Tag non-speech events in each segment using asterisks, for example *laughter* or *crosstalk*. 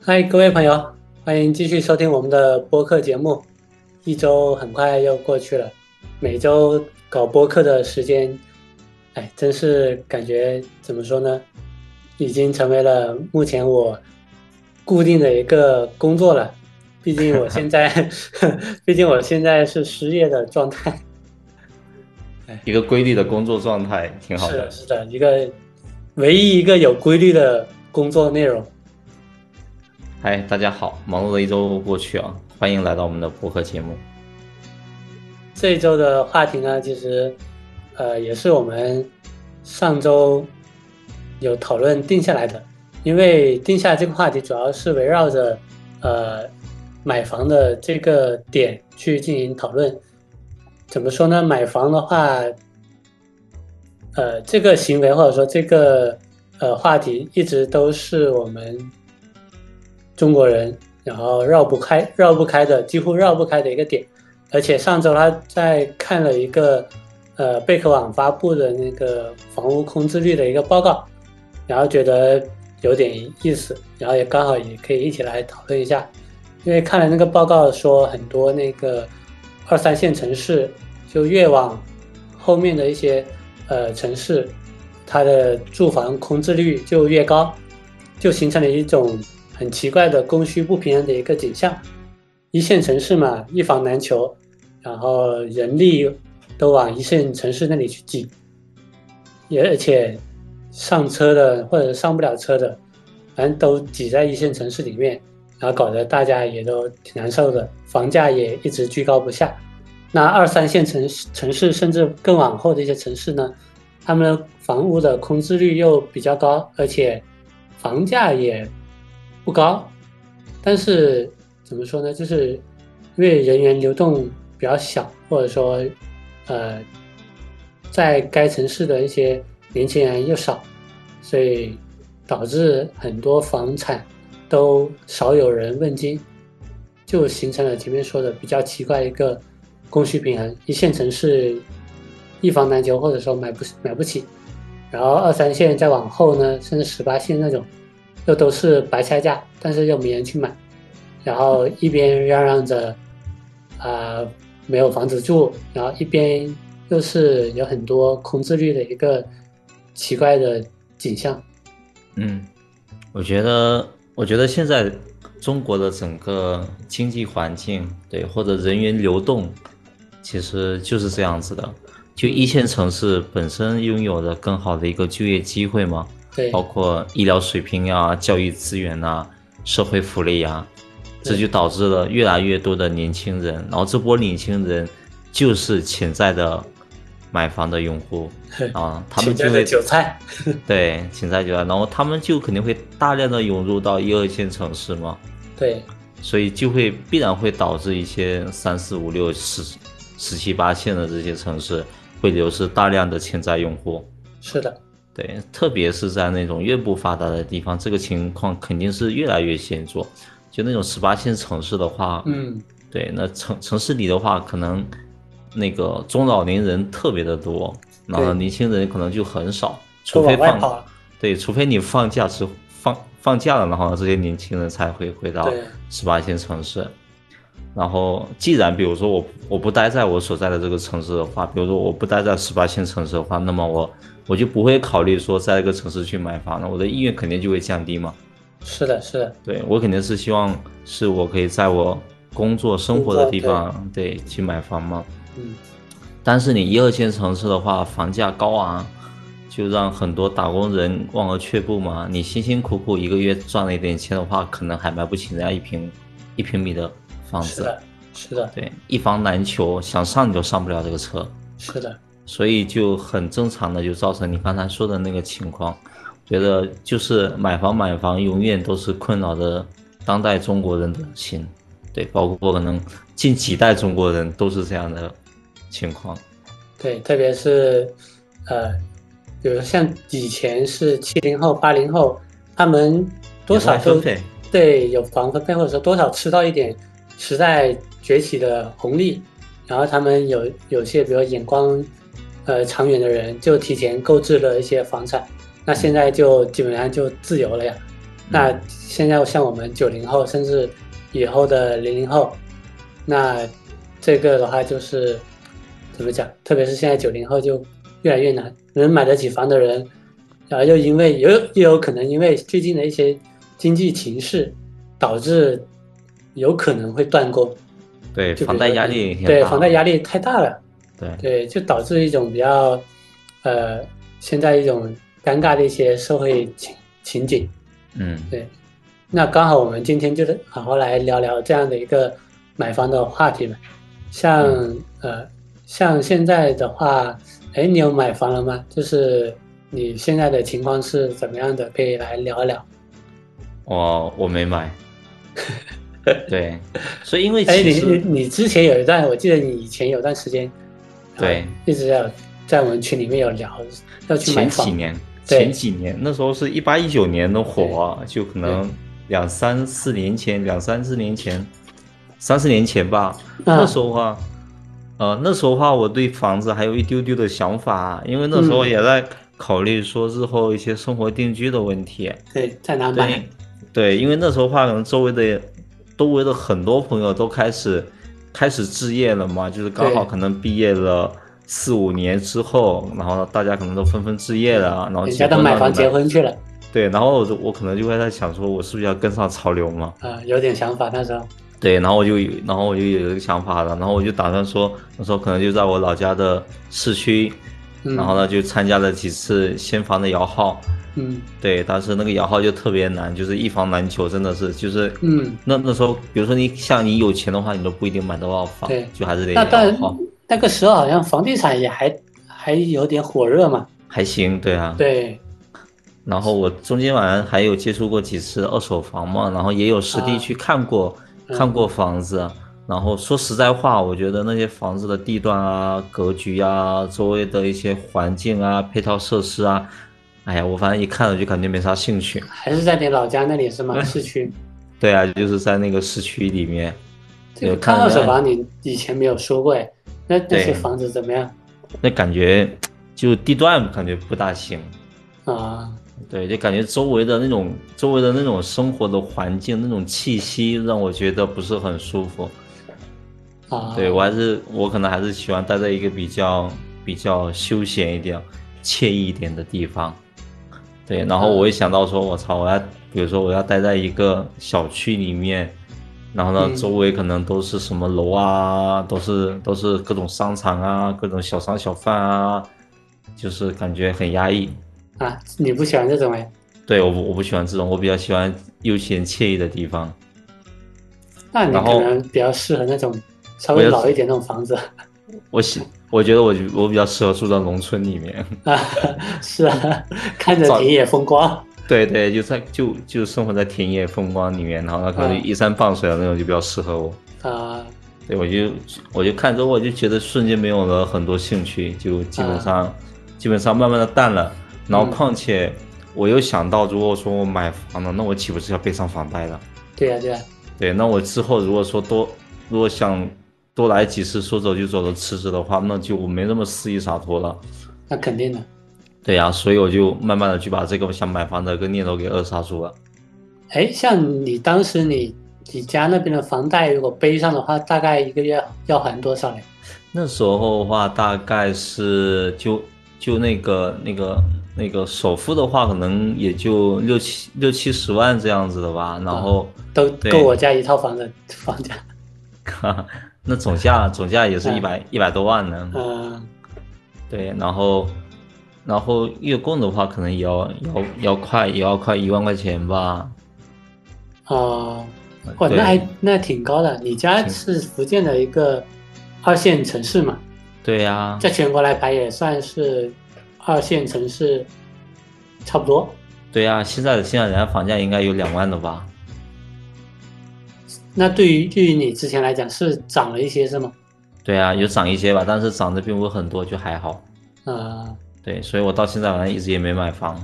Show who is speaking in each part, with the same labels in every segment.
Speaker 1: 嗨，各位朋友，欢迎继续收听我们的播客节目。一周很快又过去了，每周搞播客的时间，哎，真是感觉怎么说呢，已经成为了目前我固定的一个工作了。毕竟我现在， *laughs* 毕竟我现在是失业的状态。
Speaker 2: 一个规律的工作状态挺好
Speaker 1: 是
Speaker 2: 的
Speaker 1: 的，。是的，一个唯一一个有规律的工作内容。
Speaker 2: 嗨，哎大家好，忙碌的一周过去啊，欢迎来到我们的播客节目。
Speaker 1: 这一周的话题呢，其实呃也是我们上周有讨论定下来的，因为定下这个话题主要是围绕着呃买房的这个点去进行讨论。怎么说呢？买房的话，呃，这个行为或者说这个呃话题，一直都是我们中国人然后绕不开、绕不开的，几乎绕不开的一个点。而且上周他在看了一个呃贝壳网发布的那个房屋空置率的一个报告，然后觉得有点意思，然后也刚好也可以一起来讨论一下，因为看了那个报告说很多那个二三线城市就越往后面的一些呃城市，它的住房空置率就越高，就形成了一种很奇怪的供需不平衡的一个景象。一线城市嘛，一房难求，然后人力都往一线城市那里去挤，也而且上车的或者上不了车的，反正都挤在一线城市里面，然后搞得大家也都挺难受的，房价也一直居高不下。那二三线城市城市甚至更往后的一些城市呢，他们的房屋的空置率又比较高，而且房价也不高，但是怎么说呢，就是因为人员流动比较小，或者说呃，在该城市的一些年轻人又少，所以导致很多房产都少有人问津，就形成了前面说的比较奇怪一个供需平衡，一线城市一房难求，或者说买不买不起，然后二三线再往后呢，甚至十八线那种，又都是白菜价，但是又没人去买，然后一边嚷嚷着啊、没有房子住，然后一边又是有很多空置率的一个奇怪的景象。
Speaker 2: 嗯，我觉得，我觉得现在中国的整个经济环境，对，或者人员流动，其实就是这样子的。就一线城市本身拥有着更好的一个就业机会嘛，
Speaker 1: 对
Speaker 2: 包括医疗水平啊、教育资源啊、社会福利啊，
Speaker 1: 对
Speaker 2: 这就导致了越来越多的年轻人，然后这波年轻人就是潜在的买房的用户啊，他们
Speaker 1: 潜在
Speaker 2: 就
Speaker 1: 的韭
Speaker 2: 会
Speaker 1: 菜，
Speaker 2: 对潜在韭菜，然后他们就肯定会大量的涌入到一二线城市嘛，
Speaker 1: 对
Speaker 2: 所以就会必然会导致一些三四五六十十七八线的这些城市会流失大量的潜在用户。
Speaker 1: 是的，
Speaker 2: 对，特别是在那种越不发达的地方，这个情况肯定是越来越显著。就那种十八线城市的话，
Speaker 1: 嗯，
Speaker 2: 对，那城城市里的话，可能那个中老年人特别的多，然后
Speaker 1: 对
Speaker 2: 年轻人可能就很少，
Speaker 1: 都
Speaker 2: 除非
Speaker 1: 往外跑
Speaker 2: 放
Speaker 1: 了。
Speaker 2: 对，除非你放假之后放放假了，然后这些年轻人才会回到
Speaker 1: 对
Speaker 2: 十八线城市。然后，既然比如说我我不待在我所在的这个城市的话，比如说我不待在十八线城市的话，那么我我就不会考虑说在一个城市去买房了，我的意愿肯定就会降低嘛。
Speaker 1: 是的，是的，
Speaker 2: 对我肯定是希望是我可以在我工作生活的地方对去买房嘛。
Speaker 1: 嗯，
Speaker 2: 但是你一二线城市的话，房价高昂，就让很多打工人望而却步嘛。你辛辛苦苦一个月赚了一点钱的话，可能还买不起人家一平一平米的房
Speaker 1: 是
Speaker 2: 子。
Speaker 1: 的，是的，
Speaker 2: 对，一房难求，想上你都上不了这个车，
Speaker 1: 是的，
Speaker 2: 所以就很正常的就造成你刚才说的那个情况。觉得就是买房买房永远都是困扰着当代中国人的心，对，包括可能近几代中国人都是这样的情况。
Speaker 1: 对，特别是呃，比如像以前是七零后、八零后，他们多少
Speaker 2: 有
Speaker 1: 都
Speaker 2: 房分配
Speaker 1: 对有房分配，或者说多少吃到一点时代崛起的红利，然后他们有有些比如眼光呃长远的人，就提前购置了一些房产，那现在就基本上就自由了呀，
Speaker 2: 嗯
Speaker 1: 那现在像我们九零后，甚至以后的零零后，那这个的话就是怎么讲？特别是现在九零后就越来越难，能买得起房的人，然后又因为有也有可能因为最近的一些经济形势，导致有可能会断供。
Speaker 2: 对，
Speaker 1: 就比如
Speaker 2: 房贷
Speaker 1: 说
Speaker 2: 压
Speaker 1: 你
Speaker 2: 力也
Speaker 1: 对
Speaker 2: 大
Speaker 1: 房贷压力太大了，
Speaker 2: 对
Speaker 1: 对，就导致一种比较呃现在一种尴尬的一些社会情情景。
Speaker 2: 嗯
Speaker 1: 那刚好我们今天就是好好来聊聊这样的一个买房的话题嘛。像、
Speaker 2: 嗯
Speaker 1: 呃，像现在的话，哎，你有买房了吗？就是你现在的情况是怎么样的？可以来聊一聊。
Speaker 2: 我我
Speaker 1: *laughs*
Speaker 2: 没买，对，所以因为
Speaker 1: 哎，
Speaker 2: 其
Speaker 1: 你你
Speaker 2: 实
Speaker 1: 你之前有一段，我记得你以前有段时间，啊
Speaker 2: 对，
Speaker 1: 一直要在我们群里面有聊要去买
Speaker 2: 前
Speaker 1: 房啊
Speaker 2: 几，年
Speaker 1: 对
Speaker 2: 前几年那时候是一八一九年的火，啊就可能两三四年前，两三四年前，三四年前吧，
Speaker 1: 嗯
Speaker 2: 那时候啊。呃，那时候的话，我对房子还有一丢丢的想法，啊因为那时候
Speaker 1: 嗯
Speaker 2: 也在考虑说日后一些生活定居的问题。啊
Speaker 1: 对，在哪买
Speaker 2: 对？，对，因为那时候的话，可能周围的周围的很多朋友都开始开始置业了嘛，就是刚好
Speaker 1: 对
Speaker 2: 可能毕业了四五年之后，然后大家可能都纷纷置业了，然后
Speaker 1: 人
Speaker 2: 结
Speaker 1: 家都
Speaker 2: 婚
Speaker 1: 买
Speaker 2: 了
Speaker 1: 房
Speaker 2: 什么
Speaker 1: 结
Speaker 2: 的。
Speaker 1: 婚去了
Speaker 2: 对，然后我就我可能就会在想说，我是不是要跟上潮流嘛？
Speaker 1: 啊、有点想法那时候。
Speaker 2: 对，然后我就有，然后我就有这个想法了，然后我就打算说，那时候可能就在我老家的市区，
Speaker 1: 嗯，
Speaker 2: 然后呢就参加了几次先房的摇号。
Speaker 1: 嗯
Speaker 2: 对，当时那个摇号就特别难，就是一房难求，真的是就是
Speaker 1: 嗯，
Speaker 2: 那那时候，比如说你像你有钱的话，你都不一定买得到房，
Speaker 1: 对
Speaker 2: 就还是得
Speaker 1: 那但
Speaker 2: 摇号，
Speaker 1: 那个时候好像房地产也还还有点火热嘛。
Speaker 2: 还行，对啊。
Speaker 1: 对，
Speaker 2: 然后我中间晚上还有接触过几次二手房嘛，然后也有实地
Speaker 1: 啊嗯
Speaker 2: 去看过、看过房子。然后说实在话，我觉得那些房子的地段啊、格局啊、周围的一些环境啊、配套设施啊，哎呀，我反正一看了就感觉没啥兴趣。
Speaker 1: 还是在你老家那里是
Speaker 2: *laughs*
Speaker 1: 吗？市区。
Speaker 2: 对啊，就是在那个市区里面，
Speaker 1: 这个
Speaker 2: 对看
Speaker 1: 看二
Speaker 2: 了
Speaker 1: 手
Speaker 2: 看
Speaker 1: 房你以前没有说过哎，那那些
Speaker 2: 对
Speaker 1: 房子怎么样
Speaker 2: 那感觉就地段感觉不大行。
Speaker 1: 啊？
Speaker 2: 对，就感觉周围的那种周围的那种生活的环境那种气息，让我觉得不是很舒服。
Speaker 1: 啊，
Speaker 2: 对我还是我可能还是喜欢待在一个比较比较休闲一点、惬意一点的地方。对，然后我一想到说，我操，我要比如说我要待在一个小区里面，然后呢，
Speaker 1: 嗯
Speaker 2: 周围可能都是什么楼啊，都是都是各种商场啊，各种小商小贩啊，就是感觉很压抑。
Speaker 1: 啊，你不喜欢这种哎？
Speaker 2: 对，我不我不喜欢这种，我比较喜欢悠闲惬意的地方。
Speaker 1: 那你
Speaker 2: 然
Speaker 1: 可
Speaker 2: 后
Speaker 1: 能比较适合那种稍微
Speaker 2: 我要
Speaker 1: 老一点那种房子
Speaker 2: 我喜，我觉得我我比较适合住到农村里面。 *laughs*
Speaker 1: 啊， *laughs* 是啊， *laughs* 看着
Speaker 2: 早
Speaker 1: 田野风光。
Speaker 2: 对对，就在就就生活在田野风光里面，然后呢，可能
Speaker 1: 嗯
Speaker 2: 依山傍水的那种就比较适合我。
Speaker 1: 啊，
Speaker 2: 对，我就我就看着我就觉得瞬间没有了很多兴趣，就基本上、基本上慢慢的淡了。然后
Speaker 1: 嗯
Speaker 2: 况且我又想到，如果说我买房了，那我岂不是要背上房贷了？
Speaker 1: 对呀、对呀、
Speaker 2: 对，那我之后如果说多，如果想多来几次说走就走的辞职的话，那就我没那么肆意洒脱了。
Speaker 1: 那肯定的。
Speaker 2: 对呀、所以我就慢慢的去把这个想买房的个念头给扼杀住了。
Speaker 1: 哎，像你当时你你家那边的房贷，如果背上的话，大概一个月要还多少嘞？
Speaker 2: 那时候的话，大概是就就那个那个那个首付的话，可能也就六七六七十万这样子的吧。然后，
Speaker 1: 都
Speaker 2: 对
Speaker 1: 够我家一套房的房价。
Speaker 2: 哈哈，那总价总价也是一百一百多万呢。
Speaker 1: 嗯，
Speaker 2: 对，然后，然后月供的话，可能也要要要快也要快一万块钱吧。
Speaker 1: 哦，哇，
Speaker 2: 对
Speaker 1: 那还那挺高的。你家是福建的一个二线城市嘛，
Speaker 2: 对呀、
Speaker 1: 在全国来排也算是二线城市，差不多。
Speaker 2: 对呀、现在现在人家房价应该有两万了吧？
Speaker 1: 那对于对于你之前来讲是涨了一些是吗？
Speaker 2: 对呀、有涨一些吧，但是涨的并不是很多，就还好。
Speaker 1: 啊、
Speaker 2: 对，所以我到现在好像一直也没买房。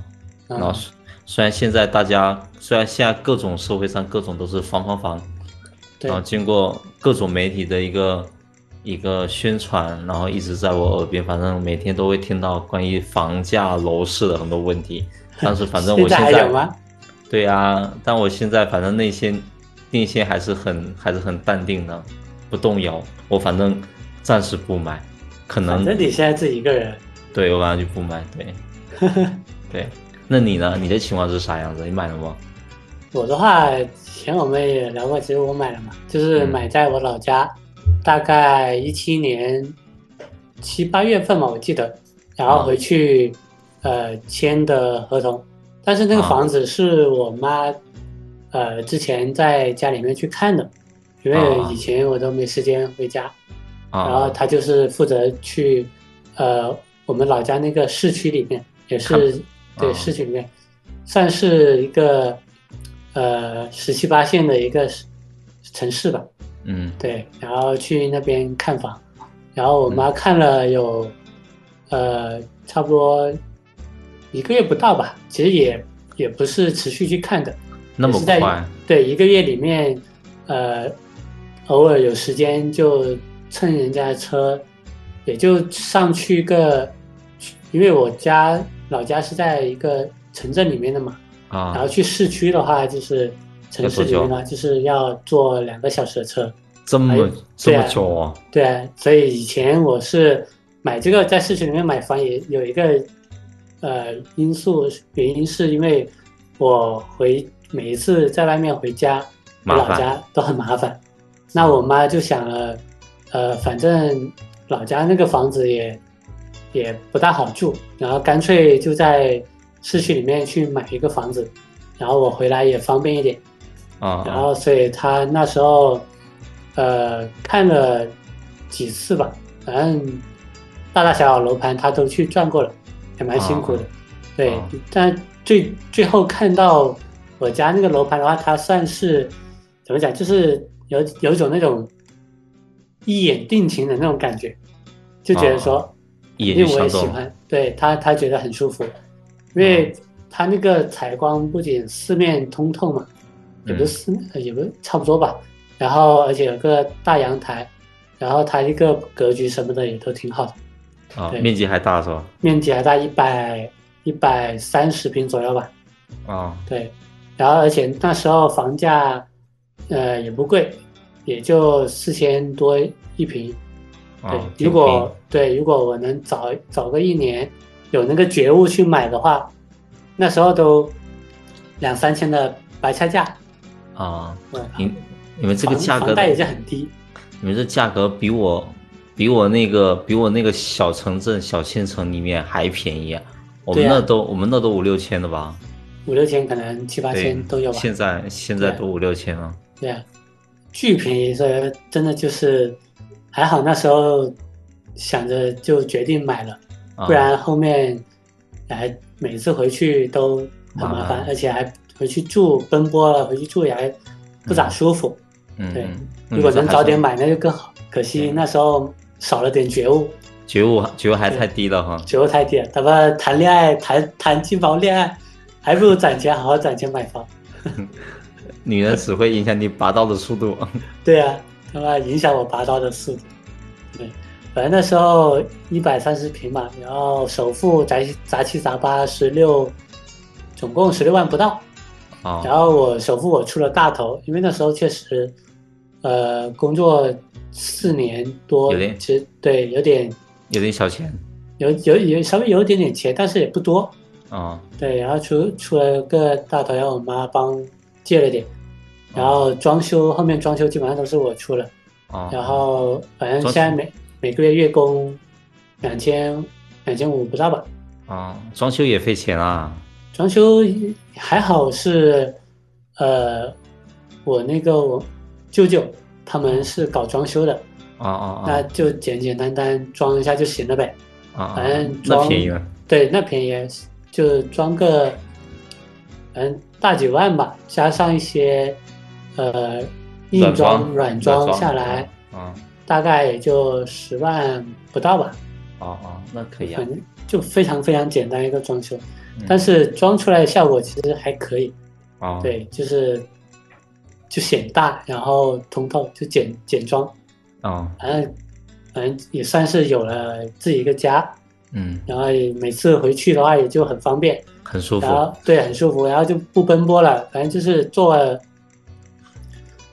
Speaker 1: 嗯，
Speaker 2: 然后虽虽然现在大家虽然现在各种社会上各种都是房房房，
Speaker 1: 对
Speaker 2: 然后经过各种媒体的一个一个宣传，然后一直在我耳边，反正每天都会听到关于房价、楼市的很多问题。但是反正我
Speaker 1: 现在还
Speaker 2: 在
Speaker 1: 有吗？
Speaker 2: 对啊，但我现在反正内心内心还是很还是很淡定的，不动摇。我反正暂时不买，可
Speaker 1: 反
Speaker 2: 能
Speaker 1: 正你现在自己一个人，
Speaker 2: 对我晚上就不买。
Speaker 1: *laughs*
Speaker 2: 对对，那你呢？你的情况是啥样子？你买了吗？
Speaker 1: 我的话，以前我们也聊过，其实我买了嘛，就是
Speaker 2: 嗯
Speaker 1: 买在我老家，大概一七年七八月份嘛，我记得，然后
Speaker 2: 啊
Speaker 1: 回去、呃签的合同，但是那个
Speaker 2: 啊
Speaker 1: 房子是我妈呃之前在家里面去看的，因为
Speaker 2: 啊
Speaker 1: 以前我都没时间回家，然后
Speaker 2: 啊，
Speaker 1: 她就是负责去呃我们老家那个市区里面，也是对
Speaker 2: 啊
Speaker 1: 市区里面，算是一个呃十七八线的一个市城市吧。
Speaker 2: 嗯
Speaker 1: 对，然后去那边看房，然后我妈看了有、呃差不多一个月不到吧，其实也也不是持续去看的，
Speaker 2: 那么
Speaker 1: 是在
Speaker 2: 快，
Speaker 1: 对，一个月里面，呃，偶尔有时间就蹭人家的车，也就上去个，因为我家老家是在一个城镇里面的嘛，然
Speaker 2: 啊
Speaker 1: 后，去市区的话，就是城市里面呢，就是要坐两个小时的车。
Speaker 2: 这么这
Speaker 1: 对
Speaker 2: 么
Speaker 1: 啊
Speaker 2: 久啊？
Speaker 1: 对啊，所以以前我是买这个在市区里面买房也有一个呃因素原因，是因为我回每一次在外面回家回
Speaker 2: 麻
Speaker 1: 老
Speaker 2: 烦
Speaker 1: 家都很麻烦，那我妈就想了，呃，反正老家那个房子也也不大好住，然后干脆就在市区里面去买一个房子，然后我回来也方便一点。
Speaker 2: 啊
Speaker 1: 然
Speaker 2: 啊
Speaker 1: 后所以他那时候，呃，看了几次吧，反正大大小小楼盘他都去转过了，也蛮辛苦的。
Speaker 2: 啊
Speaker 1: 对，
Speaker 2: 啊
Speaker 1: 但最最后看到我家那个楼盘的话，它算是怎么讲，就是有有一种那种一眼定情的那种感觉，就觉得说。
Speaker 2: 啊一
Speaker 1: 因
Speaker 2: 眼
Speaker 1: 为
Speaker 2: 就
Speaker 1: 我
Speaker 2: 相
Speaker 1: 也喜
Speaker 2: 中。
Speaker 1: 欢，对他他觉得很舒服，
Speaker 2: 嗯
Speaker 1: 因为他那个采光不仅四面通透嘛，
Speaker 2: 嗯
Speaker 1: 也不是四面，呃也不是差不多吧，然后而且有个大阳台，然后它一个格局什么的也都挺好的，
Speaker 2: 啊，
Speaker 1: 对
Speaker 2: 面积还大是吧？
Speaker 1: 面积还大一百一百三十平左右吧，
Speaker 2: 啊，
Speaker 1: 对，然后而且那时候房价，呃也不贵，也就四千多一平，
Speaker 2: 啊
Speaker 1: 对，
Speaker 2: 挺
Speaker 1: 如果对，如果我能早早个一年有那个觉悟去买的话，那时候都两三千的白菜价，
Speaker 2: 平啊，
Speaker 1: 嗯，
Speaker 2: 你你们这个
Speaker 1: 房
Speaker 2: 价格
Speaker 1: 房贷也是很低，
Speaker 2: 你们这价格比我比我那个比我那个小城镇小县城里面还便宜啊、我们
Speaker 1: 对啊
Speaker 2: 那都、我们那都五六千的吧？
Speaker 1: 五六千可能七八
Speaker 2: 对
Speaker 1: 千都有吧，
Speaker 2: 现在现在
Speaker 1: 对啊
Speaker 2: 都五六千了。
Speaker 1: 对啊，巨便宜，所以真的就是还好那时候想着就决定买了，
Speaker 2: 啊、
Speaker 1: 不然后面哎每次回去都很麻
Speaker 2: 麻
Speaker 1: 烦
Speaker 2: 烦，
Speaker 1: 而且还回去住奔波了，回去住也还不咋
Speaker 2: 嗯
Speaker 1: 舒服。
Speaker 2: 嗯，
Speaker 1: 对
Speaker 2: 嗯
Speaker 1: 如果能早点，
Speaker 2: 那你这还
Speaker 1: 买那就更好。可惜
Speaker 2: 对
Speaker 1: 那时候少了点觉悟，
Speaker 2: 是觉悟觉悟还太低了哈。
Speaker 1: 觉悟太低了。他们谈恋爱谈谈鸡毛恋爱，还不如攒钱好好攒钱买房。
Speaker 2: 女人只会影响你拔刀的速
Speaker 1: *laughs*
Speaker 2: 度。
Speaker 1: 对啊，他妈影响我拔刀的速度。对，反正那时候一百三十平嘛，然后首付杂七杂七杂八十六，总共十六万不到。
Speaker 2: 啊
Speaker 1: 然后我首付我出了大头，因为那时候确实，呃，工作四年多
Speaker 2: 有点，
Speaker 1: 其实对有点
Speaker 2: 有点小钱
Speaker 1: 有有有稍微有一点点钱，但是也不多。
Speaker 2: 啊
Speaker 1: 对，然后出出了个大头，然后我妈帮借了点，然后装修后面装修基本上都是我出了，
Speaker 2: 啊。
Speaker 1: 然后反正
Speaker 2: 装
Speaker 1: 现
Speaker 2: 修
Speaker 1: 在每每个月月供两千两千五不到吧，
Speaker 2: 啊，装修也费钱啊。
Speaker 1: 装修还好是，呃，我那个我舅舅他们是搞装修的，
Speaker 2: 啊啊
Speaker 1: 那就简简单单装一下就行了呗。
Speaker 2: 啊啊！
Speaker 1: 反正
Speaker 2: 那
Speaker 1: 装
Speaker 2: 便宜了
Speaker 1: 对，那便宜，就装个，反正大几万吧，加上一些，呃，硬装、
Speaker 2: 软装
Speaker 1: 软装下来，
Speaker 2: 啊
Speaker 1: 大概也就十万不到吧，
Speaker 2: 啊啊，那可以啊
Speaker 1: 反。正就非常非常简单一个装修，
Speaker 2: 嗯
Speaker 1: 但是装出来的效果其实还可以，
Speaker 2: 啊，
Speaker 1: 对，就是就显大，然后通透，就简简装，
Speaker 2: 啊
Speaker 1: 反正反正也算是有了自己一个家，
Speaker 2: 嗯，
Speaker 1: 然后也每次回去的话也就很方便，
Speaker 2: 很舒服
Speaker 1: 然，后对很舒服，然后就不奔波了，反正就是坐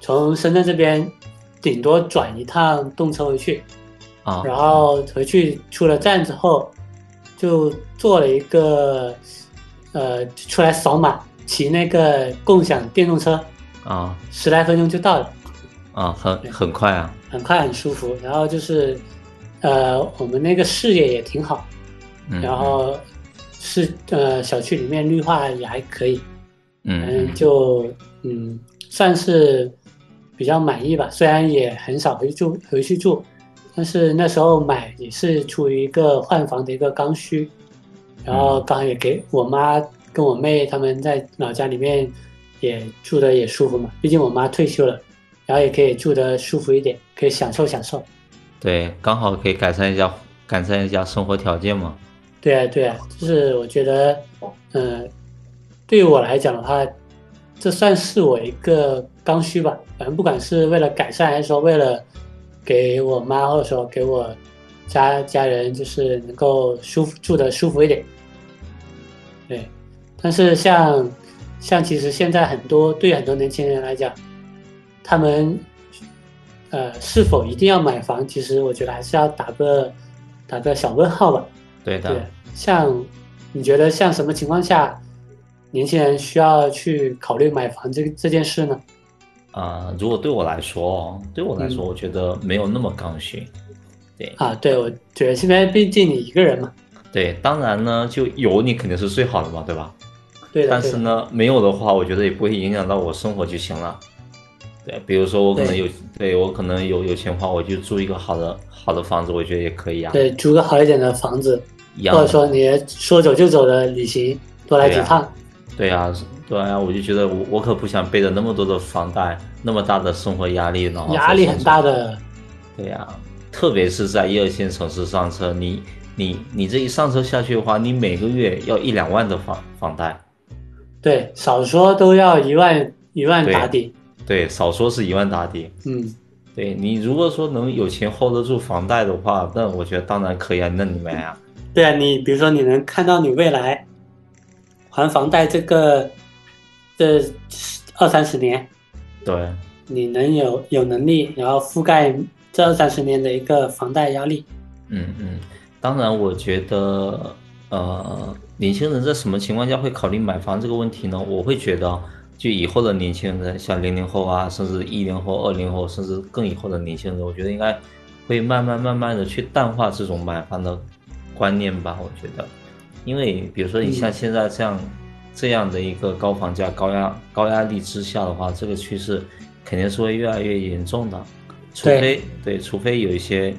Speaker 1: 从深圳这边顶多转一趟动车回去，
Speaker 2: 啊，
Speaker 1: 然后回去出了站之后，就做了一个，呃，出来扫码，骑那个共享电动车，
Speaker 2: 啊
Speaker 1: 十来分钟就到了，
Speaker 2: 啊，很很快啊，
Speaker 1: 很快很舒服。然后就是，呃，我们那个视野也挺好，
Speaker 2: 嗯，
Speaker 1: 然后是呃小区里面绿化也还可以，
Speaker 2: 嗯
Speaker 1: 反
Speaker 2: 嗯
Speaker 1: 正就嗯算是比较满意吧。虽然也很少回去住回去住，但是那时候买也是出于一个换房的一个刚需，然
Speaker 2: 嗯
Speaker 1: 后刚好也给我妈跟我妹他们在老家里面也住的也舒服嘛，毕竟我妈退休了，然后也可以住的舒服一点，可以享受享受。
Speaker 2: 对，刚好可以改善一下改善一下生活条件嘛，
Speaker 1: 对啊，对啊，就是我觉得，嗯、对于我来讲的话，这算是我一个刚需吧。反正不管是为了改善，还是说为了给我妈，或者说给我家家人，就是能够舒服住的舒服一点。对，但是像像其实现在很多对很多年轻人来讲，他们呃是否一定要买房，其实我觉得还是要打个打个小问号吧。
Speaker 2: 对
Speaker 1: 对
Speaker 2: 的，，
Speaker 1: 像你觉得像什么情况下，年轻人需要去考虑买房这这件事呢？
Speaker 2: 啊、如果对我来说哦，对我来说，
Speaker 1: 嗯
Speaker 2: 我觉得没有那么刚需，对
Speaker 1: 啊，对，我觉得现在毕竟你一个人嘛，
Speaker 2: 对，当然呢，就有你肯定是最好的嘛，对吧？
Speaker 1: 对的，
Speaker 2: 但
Speaker 1: 对
Speaker 2: 是
Speaker 1: 的，
Speaker 2: 呢，没有的话，我觉得也不会影响到我生活就行了。对，比如说我可能
Speaker 1: 对
Speaker 2: 有，对我可能有有钱花，我就租一个好的好的房子，我觉得也可以啊。，
Speaker 1: 对，租个好一点的房子，
Speaker 2: 一样
Speaker 1: 或者
Speaker 2: 的。
Speaker 1: 说你说走就走的旅行，多来几
Speaker 2: 对啊
Speaker 1: 趟，
Speaker 2: 对啊，对啊，我就觉得我我可不想背着那么多的房贷，那么大的生活压力，然后
Speaker 1: 压力很大。的，
Speaker 2: 对呀、特别是在一二线城市上车，你你你这一上车下去的话，你每个月要一两万的房房贷，
Speaker 1: 对，少说都要一万一万
Speaker 2: 对
Speaker 1: 打底，
Speaker 2: 对，少说是一万打底。
Speaker 1: 嗯，
Speaker 2: 对你如果说能有钱 hold 得住房贷的话，那我觉得当然可以啊，那你买啊，
Speaker 1: 对啊，你比如说你能看到你未来还房贷这个这二三十年，
Speaker 2: 对
Speaker 1: 你能有有能力，然后覆盖这二三十年的一个房贷压力。
Speaker 2: 嗯嗯，当然，我觉得，呃，年轻人在什么情况下会考虑买房这个问题呢？我会觉得，就以后的年轻人，像零零后啊，甚至一零后、二零后，甚至更以后的年轻人，我觉得应该会慢慢慢慢的去淡化这种买房的观念吧。我觉得，因为比如说你像
Speaker 1: 嗯
Speaker 2: 现在这样、这样的一个高房价、高压高压力之下的话，这个趋势肯定是会越来越严重的。除
Speaker 1: 对
Speaker 2: 非对，除非有一些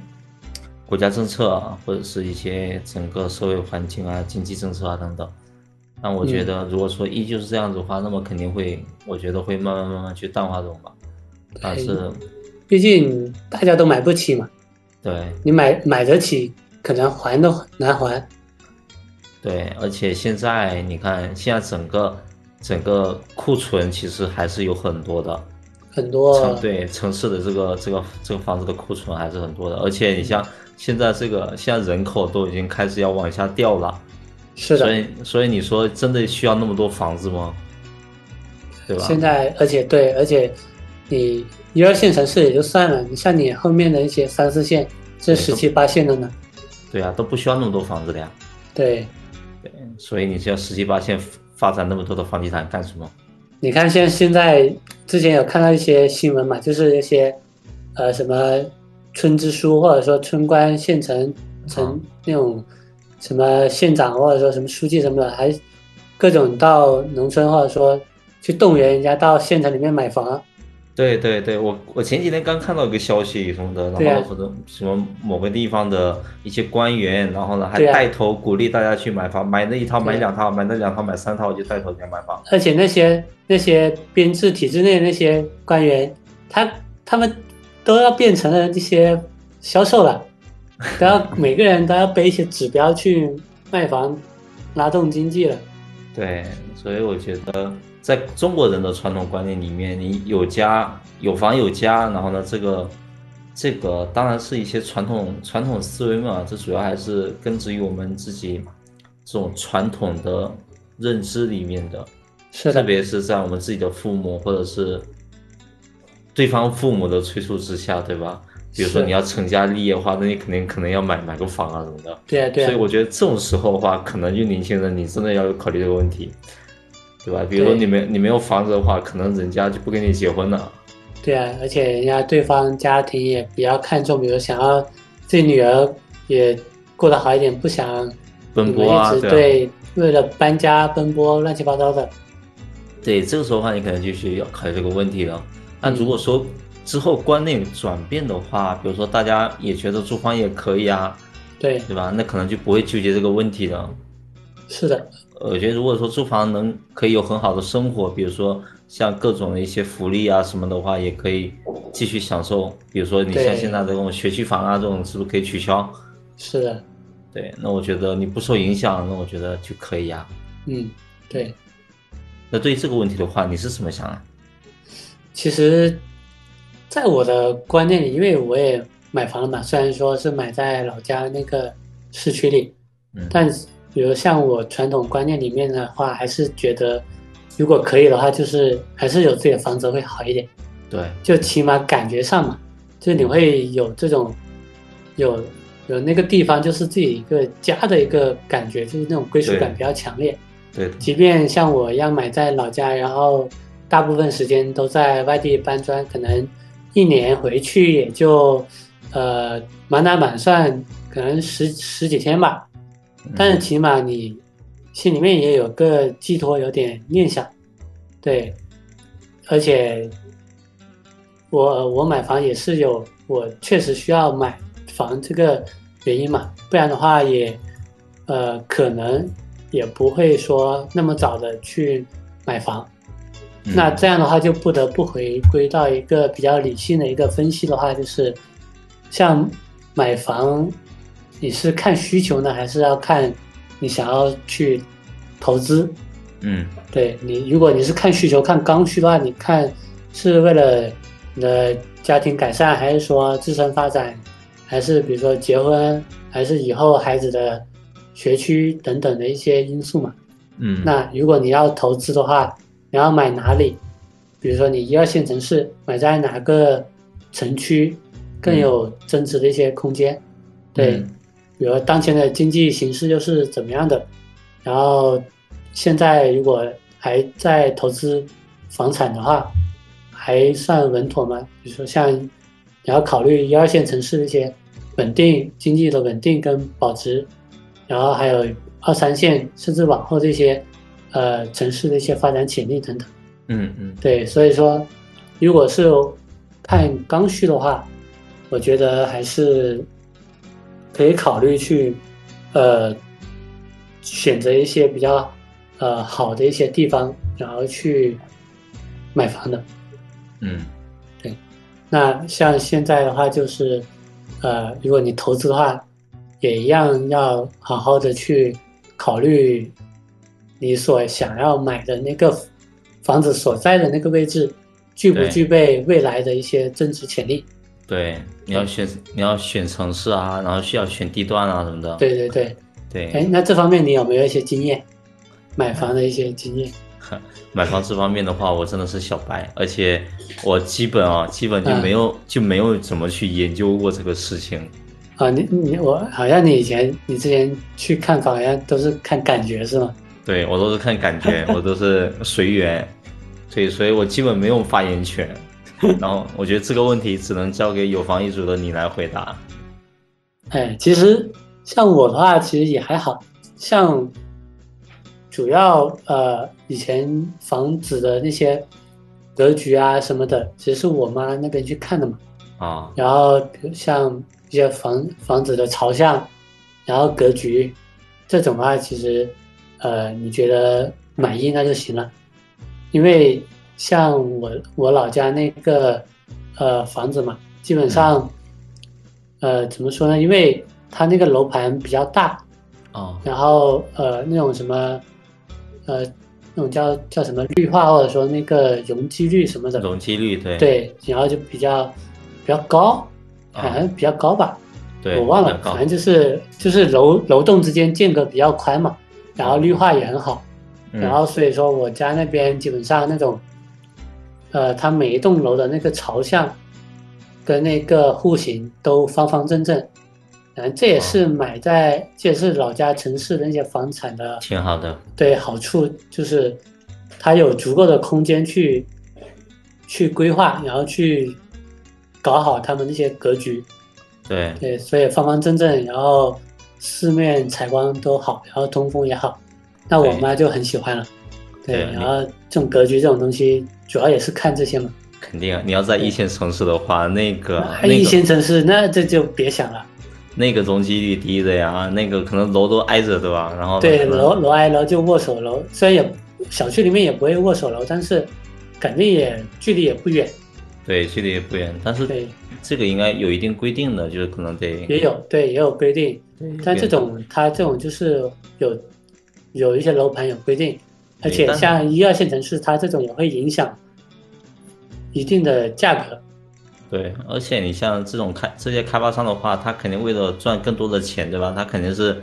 Speaker 2: 国家政策啊，或者是一些整个社会环境啊、经济政策啊等等。那我觉
Speaker 1: 嗯
Speaker 2: 得，如果说依旧是这样子的话，那么肯定会，我觉得会慢慢慢慢去淡化这种吧。但
Speaker 1: 对
Speaker 2: 是，
Speaker 1: 毕竟大家都买不起嘛，
Speaker 2: 对
Speaker 1: 你买买得起，可能还都难还。
Speaker 2: 对，而且现在你看，现在整个整个库存其实还是有很多的，
Speaker 1: 很多
Speaker 2: 城啊对城市的这个这个这个房子的库存还是很多的。而且你
Speaker 1: 嗯
Speaker 2: 像现在这个，现在人口都已经开始要往下掉了。
Speaker 1: 是
Speaker 2: 所
Speaker 1: 的，
Speaker 2: 以，所以你说真的需要那么多房子吗？对吧？
Speaker 1: 现在而且对，而且你一二线城市也就算了，你像你后面的一些三四线，这
Speaker 2: 对
Speaker 1: 十七八线的呢，
Speaker 2: 对啊，都不需要那么多房子的呀。
Speaker 1: 对，
Speaker 2: 对，所以你像十七八线发展那么多的房地产干什么？
Speaker 1: 你看现现在之前有看到一些新闻嘛，就是一些呃什么村支书或者说村官县城城
Speaker 2: 嗯
Speaker 1: 那种什么县长或者说什么书记什么的，还各种到农村或者说去动员人家到县城里面买房。
Speaker 2: 对对对，我我前几天刚看到一个消息什么的，
Speaker 1: 对
Speaker 2: 然
Speaker 1: 啊
Speaker 2: 后可能什么某个地方的一些官员，然后呢还
Speaker 1: 对啊
Speaker 2: 带头鼓励大家去买房，买那一套，
Speaker 1: 对
Speaker 2: 买两套，买那两套，买三套就带头去买房。
Speaker 1: 而且那些那些编制体制内的那些官员，他他们都要变成了这些销售
Speaker 2: *laughs*
Speaker 1: 了，都要每个人都要背一些指标去卖房，拉动经济了。
Speaker 2: 对，所以我觉得在中国人的传统观念里面，你有家有房有家，然后呢，这个这个当然是一些传统传统思维嘛，这主要还是根植于我们自己这种传统的认知里面的，
Speaker 1: 是
Speaker 2: 特
Speaker 1: 的，
Speaker 2: 别是在我们自己的父母或者是对方父母的催促之下，对吧？比如说
Speaker 1: 是
Speaker 2: 你要成家立业的话，那你肯定可能要买买个房啊什么的。
Speaker 1: 对啊对
Speaker 2: 所以
Speaker 1: 啊，
Speaker 2: 我觉得这种时候的话，可能就年轻人你真的要考虑这个问题，对吧？比如说
Speaker 1: 对
Speaker 2: 你没你没有房子的话，可能人家就不跟你结婚了。
Speaker 1: 对啊，而且人家对方家庭也比较看重，比如想要自己女儿也过得好一点，不想
Speaker 2: 奔
Speaker 1: 你们
Speaker 2: 波啊，
Speaker 1: 一直
Speaker 2: 对吧
Speaker 1: 对为了搬家奔波乱七八糟的，
Speaker 2: 对，这个时候的话，你可能就需要考虑这个问题了。那
Speaker 1: 嗯
Speaker 2: 如果说之后观念转变的话，比如说大家也觉得租房也可以啊，
Speaker 1: 对，
Speaker 2: 对吧？那可能就不会纠结这个问题了。
Speaker 1: 是的，
Speaker 2: 我觉得如果说租房能可以有很好的生活，比如说像各种的一些福利啊什么的话，也可以继续享受。比如说你像
Speaker 1: 对
Speaker 2: 现在的这种学区房啊，这种是不是可以取消？
Speaker 1: 是的，
Speaker 2: 对，那我觉得你不受影响，那我觉得就可以呀、
Speaker 1: 嗯，对。
Speaker 2: 那对于这个问题的话，你是怎么想啊？
Speaker 1: 其实，在我的观念里，因为我也买房了嘛，虽然说是买在老家那个市区里，
Speaker 2: 嗯，
Speaker 1: 但是比如像我传统观念里面的话，还是觉得如果可以的话，就是还是有自己的房子会好一点，
Speaker 2: 对，
Speaker 1: 就起码感觉上嘛，就你会有这种有有那个地方就是自己一个家的一个感觉，就是那种归属感
Speaker 2: 对
Speaker 1: 比较强烈。
Speaker 2: 对的，
Speaker 1: 即便像我一样买在老家，然后大部分时间都在外地搬砖，可能一年回去也就呃满打满算可能十十几天吧。
Speaker 2: 嗯
Speaker 1: 但是起码你心里面也有个寄托，有点念想，对。而且我我买房也是有我确实需要买房这个原因嘛，不然的话也呃可能也不会说那么早的去买房。
Speaker 2: 嗯
Speaker 1: 那这样的话，就不得不回归到一个比较理性的一个分析的话，就是像买房，你是看需求呢，还是要看你想要去投资？
Speaker 2: 嗯
Speaker 1: 对你，如果你是看需求、看刚需的话，你看是为了你的家庭改善，还是说自身发展，还是比如说结婚，还是以后孩子的学区等等的一些因素嘛？
Speaker 2: 嗯，
Speaker 1: 那如果你要投资的话，你要买哪里？比如说你一二线城市买在哪个城区更有增值的一些空间？对，
Speaker 2: 嗯
Speaker 1: 比如当前的经济形势又是怎么样的？然后现在如果还在投资房产的话，还算稳妥吗？比如说像你要考虑一二线城市的一些稳定经济的稳定跟保值，然后还有二三线甚至往后这些呃城市的一些发展潜力等等。
Speaker 2: 嗯嗯
Speaker 1: 对，所以说，如果是看刚需的话，我觉得还是可以考虑去，呃，选择一些比较呃好的一些地方，然后去买房的。
Speaker 2: 嗯
Speaker 1: 那像现在的话，就是呃，如果你投资的话，也一样要好好的去考虑你所想要买的那个房子所在的那个位置，具不
Speaker 2: 对
Speaker 1: 具备未来的一些增值潜力。
Speaker 2: 对，你要选你要选城市啊，然后需要选地段啊什么的。
Speaker 1: 对对对，
Speaker 2: 对，
Speaker 1: 哎，那这方面你有没有一些经验？买房的一些经验？
Speaker 2: 买房这方面的话，我真的是小白，而且我基本啊，基本就
Speaker 1: 嗯
Speaker 2: 没有、就没有怎么去研究过这个事情。
Speaker 1: 啊，你你我好像你以前你之前去看房，好像都是看感觉是吗？
Speaker 2: 对我都是看
Speaker 1: *laughs*
Speaker 2: 感觉，我都是随缘，对，所以我基本没有发言权。然后我觉得这个问题只能交给有房一族的你来回答。
Speaker 1: 哎，其实像我的话，其实也还好，像主要呃以前房子的那些格局啊什么的，其实是我妈那边去看的嘛。
Speaker 2: 啊，
Speaker 1: 然后比如像一些房房子的朝向，然后格局这种的话，其实呃你觉得满意那就行了，因为像我我老家那个呃房子嘛，基本上、呃怎么说呢？因为它那个楼盘比较大，
Speaker 2: 哦，
Speaker 1: 然后呃那种什么呃那种叫叫什么绿化，或者说那个容积率什么的，
Speaker 2: 哎容积率对，
Speaker 1: 对，然后就比较比较高，好像比较高吧，
Speaker 2: 啊对，
Speaker 1: 我忘
Speaker 2: 比
Speaker 1: 了
Speaker 2: 较，高
Speaker 1: 反正就是就是楼楼栋之间间隔比较宽嘛，然后绿化也很好，
Speaker 2: 嗯
Speaker 1: 然后所以说我家那边基本上那种，呃，它每一栋楼的那个朝向跟那个户型都方方正正，嗯、这
Speaker 2: 啊
Speaker 1: 也是买在这也是老家城市的那些房产的
Speaker 2: 挺好的，
Speaker 1: 对好处，就是它有足够的空间去去规划，然后去搞好他们那些格局，
Speaker 2: 对，
Speaker 1: 对，所以方方正正，然后四面采光都好，然后通风也好，那我
Speaker 2: 对
Speaker 1: 妈就很喜欢了。对，
Speaker 2: 对
Speaker 1: 然后这种格局这种东西，主要也是看这些嘛。哎
Speaker 2: 肯定啊你要在一线城市的话，那个
Speaker 1: 那
Speaker 2: 啊那
Speaker 1: 一
Speaker 2: 个
Speaker 1: 线城市那这就别想了，
Speaker 2: 那个容积率低的呀，那个可能楼都挨着，对吧？然后
Speaker 1: 对，
Speaker 2: 可能
Speaker 1: 楼楼挨楼就握手楼，虽然也小区里面也不会握手楼，但是肯定也距离也不远。
Speaker 2: 对距离也不远，但是
Speaker 1: 对，
Speaker 2: 这个应该有一定规定的，就是可能得
Speaker 1: 也有对也有规定，但这种它这种就是有有一些楼盘有规定，而
Speaker 2: 对
Speaker 1: 且
Speaker 2: 但
Speaker 1: 像一二线城市，它这种也会影响一定的价格。
Speaker 2: 对，而且你像这种开这些开发商的话，他肯定为了赚更多的钱，对吧？他肯定是，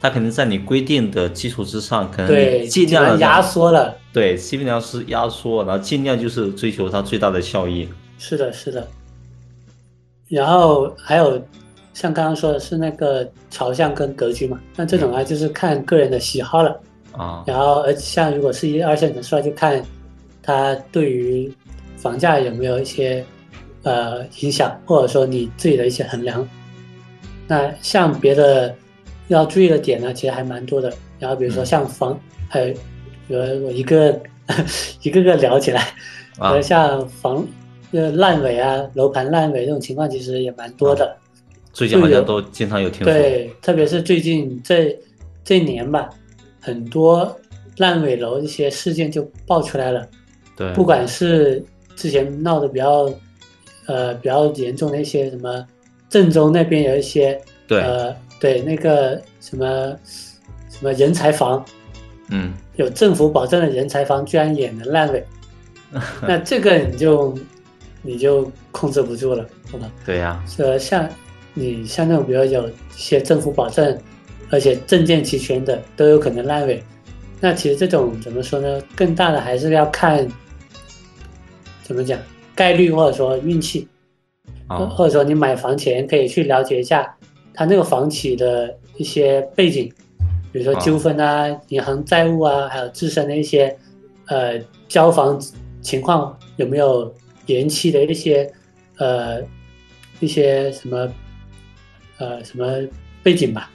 Speaker 2: 他肯定在你规定的基础之上，可能
Speaker 1: 对，
Speaker 2: 你
Speaker 1: 基
Speaker 2: 尽嗯量地
Speaker 1: 本上压，缩了。
Speaker 2: 对，尽量是压缩，然后尽量就是追求它最大的效益。
Speaker 1: 是的，是的。然后还有像刚刚说的是那个朝向跟格局嘛，那这种
Speaker 2: 嗯
Speaker 1: 啊就是看个人的喜好了。
Speaker 2: 啊，
Speaker 1: 然后，而且像如果是一二线城市，就看它对于房价有没有一些呃影响，或者说你自己的一些衡量。那像别的要注意的点呢，其实还蛮多的。然后比如
Speaker 2: 嗯
Speaker 1: 说像房，还有比如我一个 *laughs* 一个个聊起来，
Speaker 2: 啊
Speaker 1: 比如像房呃烂尾啊、楼盘烂尾这种情况，其实也蛮多的。
Speaker 2: 最近好
Speaker 1: 就有
Speaker 2: 像都经常有听说，
Speaker 1: 对，特别是最近这这一年吧，很多烂尾楼一些事件就爆出来了。
Speaker 2: 对，
Speaker 1: 不管是之前闹得比较呃比较严重的一些什么，郑州那边有一些
Speaker 2: 对，
Speaker 1: 呃对那个什么什么人才房，
Speaker 2: 嗯，
Speaker 1: 有政府保证的人才房居然也能烂尾，那这个你就你就控制不住了，好吧？
Speaker 2: 对呀，
Speaker 1: 呃，像你像那种，比如有一些政府保证，而且证件齐全的，都有可能烂尾。那其实这种怎么说呢？更大的还是要看怎么讲概率，或者说运气，或
Speaker 2: 啊，
Speaker 1: 或者说你买房前可以去了解一下他那个房企的一些背景，比如说
Speaker 2: 啊
Speaker 1: 纠纷啊、银行债务啊，还有自身的一些呃交房情况有没有延期的一些呃一些什么呃什么背景吧，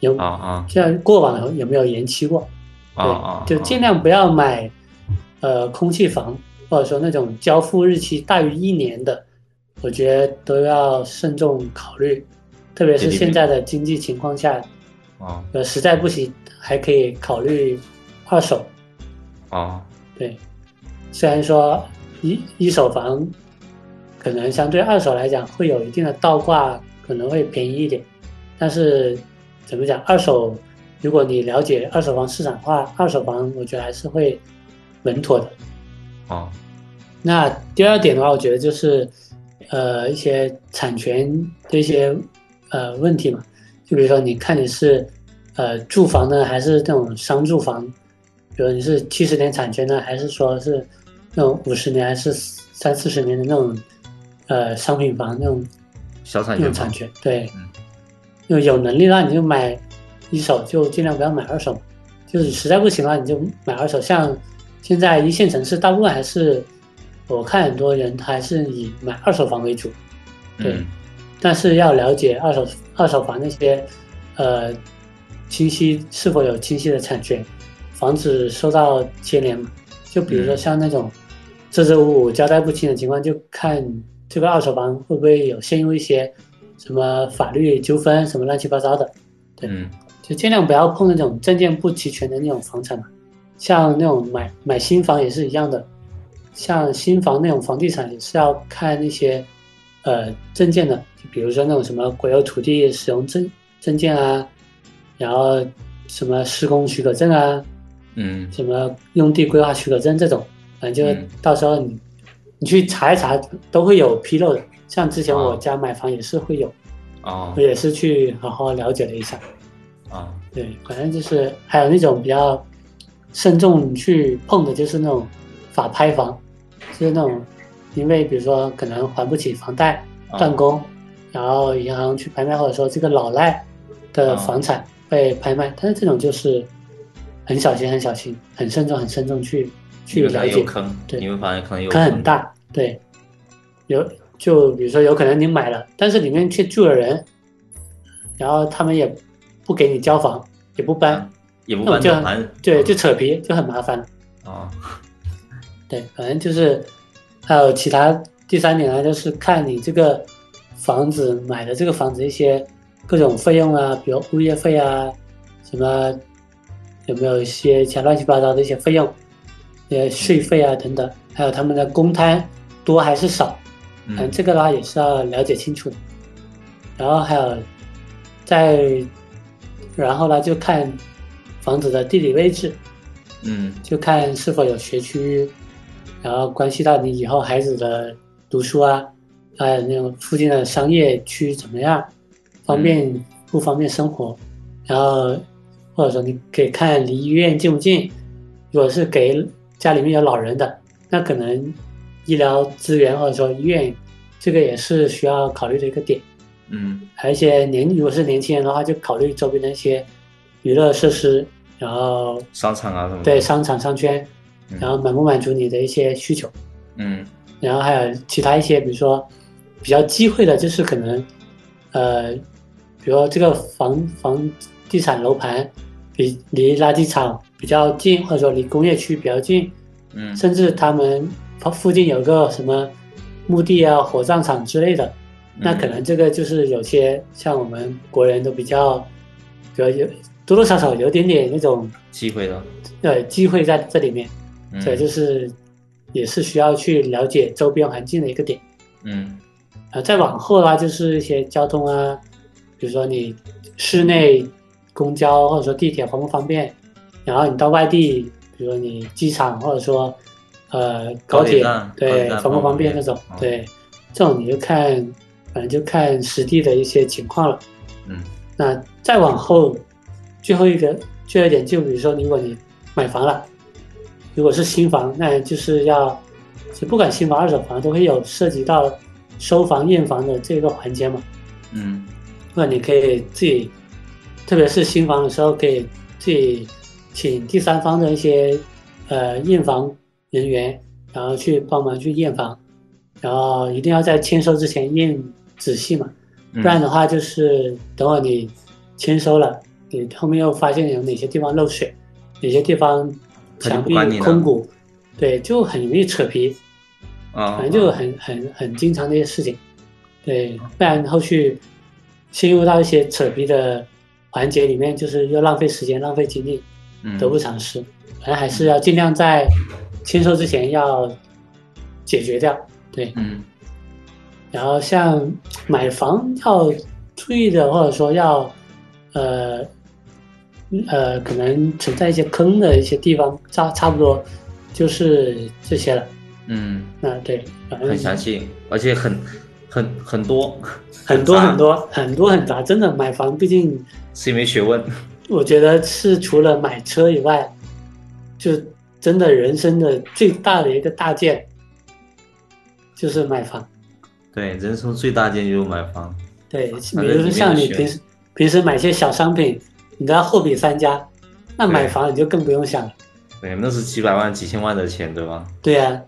Speaker 1: 有
Speaker 2: 啊啊
Speaker 1: 像过往有没有延期过？
Speaker 2: 啊啊，
Speaker 1: 对，就
Speaker 2: 啊
Speaker 1: 尽量不要买呃空气房，或者说那种交付日期大于一年的，我觉得都要慎重考虑，特别是
Speaker 2: 对对对
Speaker 1: 现在的经济情况下，
Speaker 2: 啊
Speaker 1: 呃，实在不行还可以考虑二手。
Speaker 2: 啊，
Speaker 1: 对，虽然说一一手房可能相对二手来讲会有一定的倒挂，可能会便宜一点，但是怎么讲，二手如果你了解二手房市场的话，二手房我觉得还是会稳妥的。
Speaker 2: 啊，
Speaker 1: 那第二点的话，我觉得就是呃一些产权的一些呃问题嘛，就比如说你看你是呃住房呢，还是那种商住房，比如你是七十年产权呢，还是说是那种五十年还是三四十年的那种呃商品房那种
Speaker 2: 小产
Speaker 1: 那
Speaker 2: 权
Speaker 1: 种
Speaker 2: 房
Speaker 1: 产，权，对
Speaker 2: 嗯，
Speaker 1: 就有能力的话你就买一手，就尽量不要买二手，就是实在不行了你就买二手。像现在一线城市，大部分还是我看很多人还是以买二手房为主，对
Speaker 2: 嗯，
Speaker 1: 但是要了解二手二手房那些呃清晰是否有清晰的产权，防止受到牵连嘛。就比如说
Speaker 2: 嗯
Speaker 1: 像那种支支吾吾、交代不清的情况，就看这个二手房会不会有陷入一些什么法律纠纷、什么乱七八糟的，对
Speaker 2: 嗯，
Speaker 1: 就尽量不要碰那种证件不齐全的那种房产嘛。像那种买买新房也是一样的，像新房那种房地产也是要看那些呃证件的，就比如说那种什么国有土地使用证证件啊，然后什么施工许可证啊，
Speaker 2: 嗯，
Speaker 1: 什么用地规划许可证这种，反正就
Speaker 2: 嗯
Speaker 1: 到时候你、你去查一查，都会有纰漏的。像之前
Speaker 2: 啊
Speaker 1: 我家买房也是会有，
Speaker 2: 啊
Speaker 1: 我也是去好好了解了一下。
Speaker 2: 啊
Speaker 1: 对，反正就是还有那种比较慎重去碰的，就是那种法拍房，就是那种因为比如说可能还不起房贷
Speaker 2: 啊
Speaker 1: 断供，然后银行去拍卖，或者说这个老赖
Speaker 2: 啊
Speaker 1: 的房产被拍卖，但是这种就是很小心、很小心、很慎重、很慎重去去
Speaker 2: 你会发
Speaker 1: 了
Speaker 2: 现有
Speaker 1: 解，
Speaker 2: 坑，
Speaker 1: 对
Speaker 2: 你会发现可能有
Speaker 1: 坑很，大。对，有就比如说有可能你买了，但是里面却住了人，然后他们也不给你交房，也不
Speaker 2: 啊
Speaker 1: 搬。
Speaker 2: 也不
Speaker 1: 那我
Speaker 2: 搬
Speaker 1: 就
Speaker 2: 转盘，
Speaker 1: 对，就扯皮就很麻烦。
Speaker 2: 啊
Speaker 1: 对，反正就是还有其他第三点呢，就是看你这个房子买的这个房子一些各种费用啊，比如物业费啊，什么有没有一些其他乱七八糟的一些费用，呃，税费啊等等，还有他们的公摊多还是少，反正
Speaker 2: 嗯
Speaker 1: 这个的话也是要了解清楚的。然后还有再然后呢，就看房子的地理位置。
Speaker 2: 嗯
Speaker 1: 就看是否有学区，然后关系到你以后孩子的读书啊，还有那种附近的商业区怎么样，方便不方便生活，然后或者说你可以看离医院近不近，如果是给家里面有老人的，那可能医疗资源或者说医院这个也是需要考虑的一个点。
Speaker 2: 嗯
Speaker 1: 还有一些年，如果是年轻人的话，就考虑周边的一些娱乐设施，然后
Speaker 2: 商场啊什么的
Speaker 1: 对商场商圈，
Speaker 2: 嗯
Speaker 1: 然后满不满足你的一些需求，
Speaker 2: 嗯
Speaker 1: 然后还有其他一些，比如说比较机会的，就是可能呃，比如说这个房房地产楼盘比离垃圾场比较近，或者说离工业区比较近，
Speaker 2: 嗯
Speaker 1: 甚至他们附附近有个什么墓地啊、火葬场之类的，
Speaker 2: 嗯
Speaker 1: 那可能这个就是有些像我们国人都比较，比如有多多少少有点点那种
Speaker 2: 机会的，
Speaker 1: 呃机会在这里面。
Speaker 2: 嗯
Speaker 1: 所以就是也是需要去了解周边环境的一个点。
Speaker 2: 嗯
Speaker 1: 啊，再往后啦，就是一些交通啊，比如说你室内公交或者说地铁方不方便，然后你到外地，比如说你机场或者说呃高
Speaker 2: 高铁
Speaker 1: 铁
Speaker 2: 站，高铁
Speaker 1: 对
Speaker 2: 站
Speaker 1: 方不
Speaker 2: 方
Speaker 1: 方
Speaker 2: 不
Speaker 1: 便
Speaker 2: 便
Speaker 1: 那种
Speaker 2: 嗯，
Speaker 1: 对，这种你就看，反正就看实地的一些情况了。
Speaker 2: 嗯
Speaker 1: 那再往后，最后一个最后一点，就比如说，如果你买房了，如果是新房，那就是要，就不管新房、二手房，都会有涉及到收房、验房的这个环节嘛。
Speaker 2: 嗯
Speaker 1: 那你可以自己，特别是新房的时候，可以自己请第三方的一些呃验房人员，然后去帮忙去验房，然后一定要在签收之前验仔细嘛。
Speaker 2: 嗯
Speaker 1: 不然的话就是等会儿你签收了，你后面又发现有哪些地方漏水，哪些地方
Speaker 2: 他就
Speaker 1: 墙
Speaker 2: 不
Speaker 1: 壁
Speaker 2: 管你了
Speaker 1: 空鼓，对，就很容易扯皮，
Speaker 2: 啊
Speaker 1: 反正就很很很经常这些事情。对，不然后续陷入到一些扯皮的环节里面，就是又浪费时间、浪费精力，
Speaker 2: 嗯
Speaker 1: 得不偿失。反正还是要尽量在签收之前要解决掉。对，
Speaker 2: 嗯
Speaker 1: 然后像买房要注意的，或者说要呃呃，可能存在一些坑的一些地方，差差不多就是这些了。
Speaker 2: 嗯
Speaker 1: 那对，反
Speaker 2: 嗯很
Speaker 1: 正
Speaker 2: 详细，而且很很很多，
Speaker 1: 很多
Speaker 2: 杂
Speaker 1: 很多很多很杂，真的买房，毕竟
Speaker 2: 是一门学问， *laughs*
Speaker 1: 我觉得是除了买车以外，就真的人生的最大的一个大件就是买房。
Speaker 2: 对，人生最大件就是买房，
Speaker 1: 对，比
Speaker 2: 正
Speaker 1: 如
Speaker 2: 里
Speaker 1: 说
Speaker 2: 面
Speaker 1: 像
Speaker 2: 的
Speaker 1: 你
Speaker 2: 学
Speaker 1: 平时平时买些小商品，你都要货比三家，那买
Speaker 2: 对
Speaker 1: 房你就更不用想了。
Speaker 2: 对，那是几百万几千万的钱，对吧？
Speaker 1: 对呀、啊，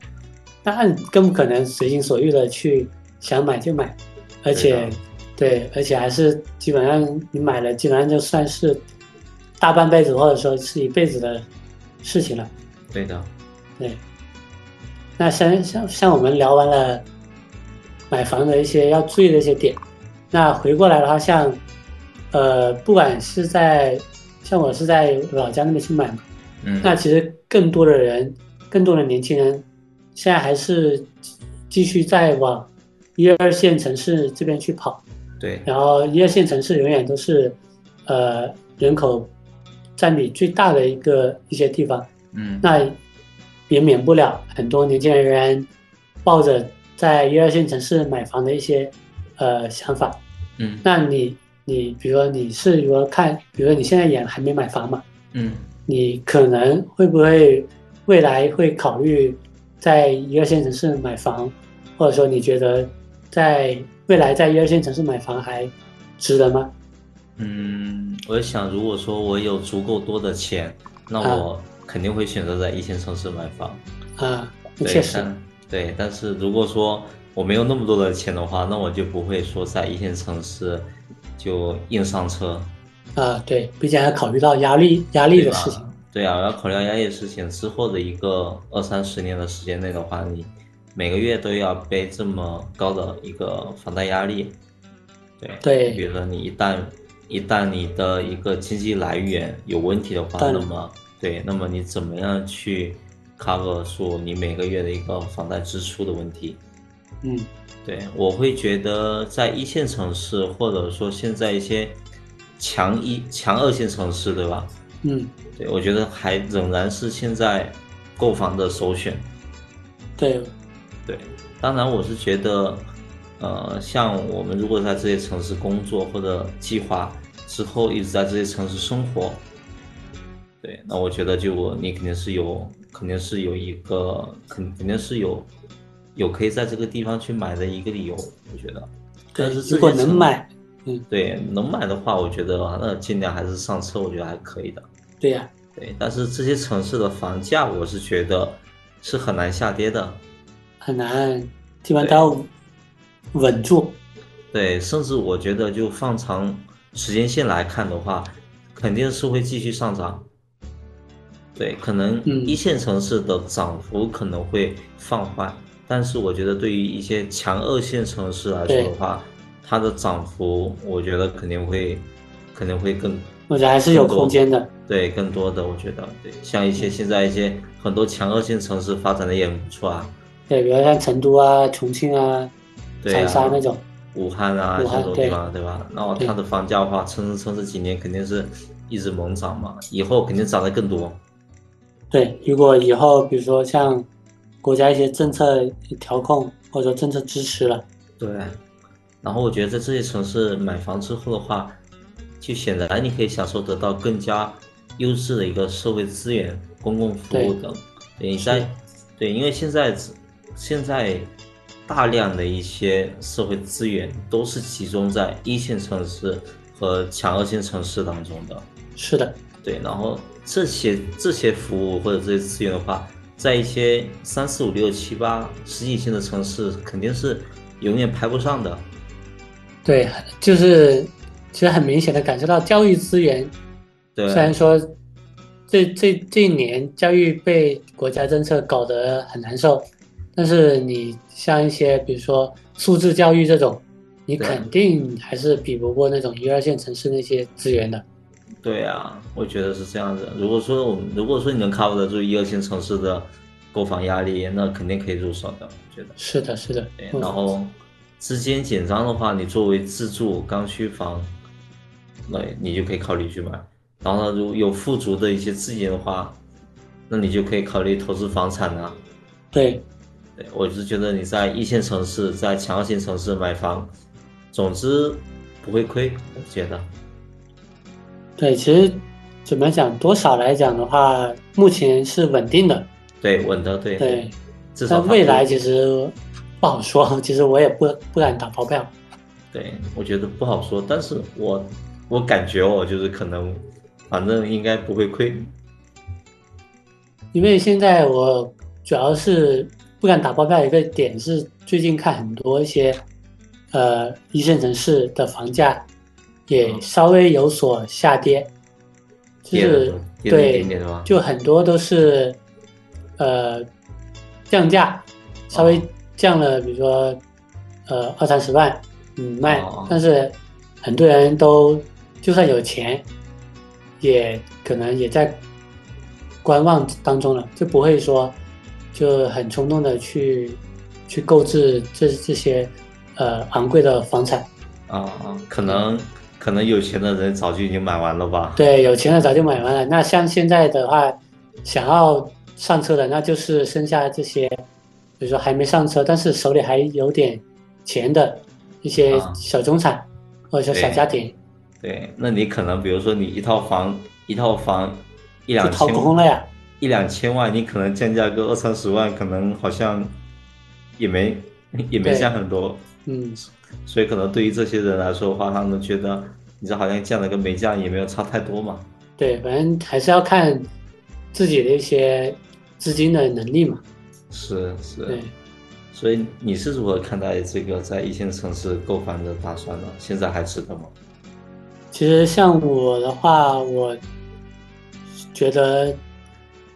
Speaker 1: 那你更不可能随心所欲的去想买就买，而且
Speaker 2: 对的
Speaker 1: 对，而且还是基本上你买了，基本上就算是大半辈子或者说是一辈子的事情了。
Speaker 2: 对的，
Speaker 1: 对，那像像像我们聊完了买房的一些要注意的一些点，那回过来的话，像呃，不管是在像我是在老家那边去买嘛，
Speaker 2: 嗯，
Speaker 1: 那其实更多的人，更多的年轻人，现在还是继续在往一二线城市这边去跑，
Speaker 2: 对，
Speaker 1: 然后一二线城市永远都是呃人口占比最大的一个一些地方。
Speaker 2: 嗯
Speaker 1: 那也免不了很多年轻人抱着在一二线城市买房的一些呃想法。
Speaker 2: 嗯
Speaker 1: 那你你比如说你是如何看？比如说你现在也还没买房嘛，
Speaker 2: 嗯
Speaker 1: 你可能会不会未来会考虑在一二线城市买房，或者说你觉得在未来在一二线城市买房还值得吗？
Speaker 2: 嗯，我想如果说我有足够多的钱，那
Speaker 1: 啊
Speaker 2: 我肯定会选择在一线城市买房。
Speaker 1: 啊，那
Speaker 2: 对，
Speaker 1: 确实，
Speaker 2: 但对，但是如果说我没有那么多的钱的话，那我就不会说在一线城市就硬上车。
Speaker 1: 啊，对，毕竟还要考虑到压力压力
Speaker 2: 对
Speaker 1: 的
Speaker 2: 吧
Speaker 1: 事情，
Speaker 2: 对啊，我要考虑到压力的事情之后的一个二三十年的时间内的话，你每个月都要背这么高的一个房贷压力。对，
Speaker 1: 对
Speaker 2: 比如说你一旦一旦你的一个经济来源有问题的话，
Speaker 1: 当然
Speaker 2: 那么对，那么你怎么样去 cover 住你每个月的一个房贷支出的问题？
Speaker 1: 嗯
Speaker 2: 对，我会觉得在一线城市，或者说现在一些强一强二线城市，对吧？
Speaker 1: 嗯，
Speaker 2: 对，我觉得还仍然是现在购房的首选。
Speaker 1: 对，
Speaker 2: 对，当然我是觉得，呃，像我们如果在这些城市工作或者计划之后一直在这些城市生活，对，那我觉得就你肯定是有，肯定是有一个，肯肯定是有，有可以在这个地方去买的一个理由，我觉得。
Speaker 1: 对
Speaker 2: 但是，这
Speaker 1: 如果
Speaker 2: 些城
Speaker 1: 能买，
Speaker 2: 对，能买的话，我觉得啊那尽量还是上车，我觉得还可以的。
Speaker 1: 对呀、
Speaker 2: 对，但是这些城市的房价，我是觉得是很难下跌的。
Speaker 1: 很难，基本上都要稳住，
Speaker 2: 对，甚至我觉得就放长时间线来看的话，肯定是会继续上涨。对，可能
Speaker 1: 嗯
Speaker 2: 一线城市的涨幅可能会放缓，但是我觉得对于一些强二线城市来说
Speaker 1: 对
Speaker 2: 的话，它的涨幅我觉得肯定会肯定会更
Speaker 1: 我觉得还是有空间的，
Speaker 2: 对，更多的我觉得，对，像一
Speaker 1: 嗯
Speaker 2: 些现在一些很多强二线城市发展的也很不错啊，
Speaker 1: 对，比如像成都啊、重庆啊、
Speaker 2: 对
Speaker 1: 长
Speaker 2: 啊，
Speaker 1: 沙那种，
Speaker 2: 武汉啊
Speaker 1: 武
Speaker 2: 这
Speaker 1: 汉
Speaker 2: 种
Speaker 1: 对
Speaker 2: 地方，对吧？然后
Speaker 1: 对
Speaker 2: 它的房价的话，撑着撑这几年肯定是一直猛涨嘛，以后肯定涨得更多。
Speaker 1: 对，如果以后比如说像国家一些政策调控或者说政策支持了，
Speaker 2: 对，然后我觉得在这些城市买房之后的话，就显然你可以享受得到更加优质的一个社会资源、公共服务
Speaker 1: 对
Speaker 2: 等。对，你在对，因为现在现在大量的一些社会资源都是集中在一线城市和强二线城市当中的。
Speaker 1: 是的，
Speaker 2: 对，然后这些这些服务或者这些资源的话，在一些三四五六七八十几线的城市，肯定是永远排不上的。
Speaker 1: 对，就是其实很明显的感受到教育资源，
Speaker 2: 对，
Speaker 1: 虽然说这这这一年教育被国家政策搞得很难受，但是你像一些比如说素质教育这种，你
Speaker 2: 对
Speaker 1: 肯定还是比不过那种一二线城市那些资源的。
Speaker 2: 对啊，我觉得是这样子。如果说我们，如果说你能 cover 得住一二线城市的购房压力，那肯定可以入手的，我觉得。
Speaker 1: 是的，是的
Speaker 2: 对，，
Speaker 1: 嗯
Speaker 2: 然后资金紧张的话，你作为自住刚需房，那你就可以考虑去买。然后呢，如果有富足的一些资金的话，那你就可以考虑投资房产啊。
Speaker 1: 对
Speaker 2: 对我是觉得你在一线城市，在强二线城市买房，总之不会亏，我觉得。
Speaker 1: 对，其实怎么讲，多少来讲的话，目前是稳定的，
Speaker 2: 对，稳的，对
Speaker 1: 对，
Speaker 2: 至少
Speaker 1: 但
Speaker 2: 它
Speaker 1: 未
Speaker 2: 不
Speaker 1: 来其实不好说，其实我也不不敢打包票。
Speaker 2: 对，我觉得不好说，但是我我感觉哦，就是可能，反正应该不会亏。
Speaker 1: 因为现在我主要是不敢打包票，一个点是最近看很多一些，呃，一线城市的房价也
Speaker 2: 嗯
Speaker 1: 稍微有所下跌，就
Speaker 2: 跌了
Speaker 1: 是
Speaker 2: 吗跌了一
Speaker 1: 对
Speaker 2: 点点是吧，
Speaker 1: 就很多都是，呃，降价，稍微
Speaker 2: 哦
Speaker 1: 降了，比如说，呃，二三十万，嗯，卖
Speaker 2: 哦，
Speaker 1: 但是很多人都就算有钱，也可能也在观望当中了，就不会说就很冲动的去去购置这这些呃昂贵的房产。
Speaker 2: 啊啊，可能可能有钱的人早就已经买完了吧？
Speaker 1: 对，有钱的早就买完了。那像现在的话，想要上车的，那就是剩下这些，比比如说还没上车，但是手里还有点钱的一些
Speaker 2: 啊
Speaker 1: 小中产、或者说小
Speaker 2: 对
Speaker 1: 家庭，
Speaker 2: 对，那你可能比如说你一套房一套房一
Speaker 1: 就
Speaker 2: 两
Speaker 1: 掏
Speaker 2: 千
Speaker 1: 空了呀。
Speaker 2: 一两千万，你可能降价个二三十万，可能好像也没 *laughs* 也没
Speaker 1: 对
Speaker 2: 降很多，
Speaker 1: 嗯，
Speaker 2: 所以可能对于这些人来说的话，他们觉得你这好像降了跟没降也没有差太多嘛。
Speaker 1: 对，反正还是要看自己的一些资金的能力嘛。
Speaker 2: 是是，
Speaker 1: 对，
Speaker 2: 所以你是如何看待这个在一线城市购房的打算呢？现在还值得吗？
Speaker 1: 其实像我的话，我觉得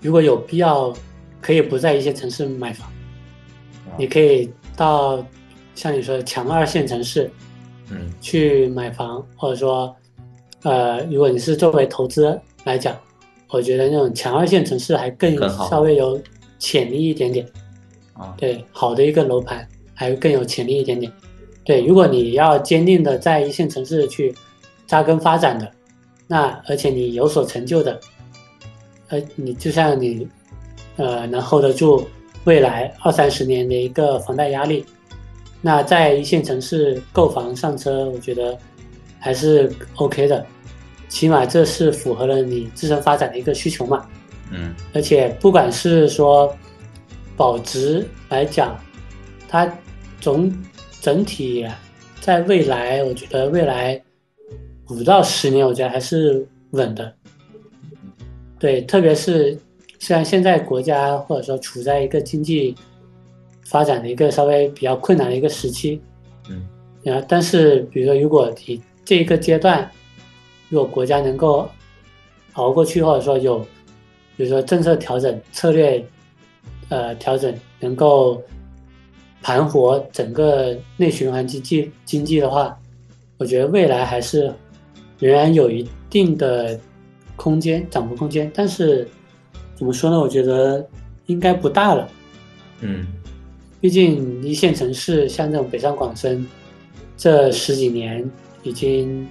Speaker 1: 如果有必要，可以不在一线城市买房，你可以到像你说的强二线城市
Speaker 2: 嗯
Speaker 1: 去买房，或者说，呃，如果你是作为投资来讲，我觉得那种强二线城市还更有
Speaker 2: 更好
Speaker 1: 稍微有潜力一点点。
Speaker 2: 啊，
Speaker 1: 对，好的一个楼盘还更有潜力一点点。对，如果你要坚定的在一线城市去扎根发展的，那而且你有所成就的，呃，你就像你，呃，能 hold 得住未来二三十年的一个房贷压力，那在一线城市购房上车，我觉得还是 OK 的，起码这是符合了你自身发展的一个需求嘛。
Speaker 2: 嗯
Speaker 1: 而且不管是说保值来讲，它总整体在未来，我觉得未来五到十年，我觉得还是稳的。对，特别是虽然现在国家或者说处在一个经济发展的一个稍微比较困难的一个时期，
Speaker 2: 嗯
Speaker 1: 然后，呃但是比如说，如果你这一个阶段，如果国家能够熬过去，或者说有，比如说政策调整、策略呃调整，能够盘活整个内循环经济经济的话，我觉得未来还是仍然有一定的空间涨幅空间，但是怎么说呢？我觉得应该不大了。
Speaker 2: 嗯，
Speaker 1: 毕竟一线城市像这种北上广深，这十几年已经，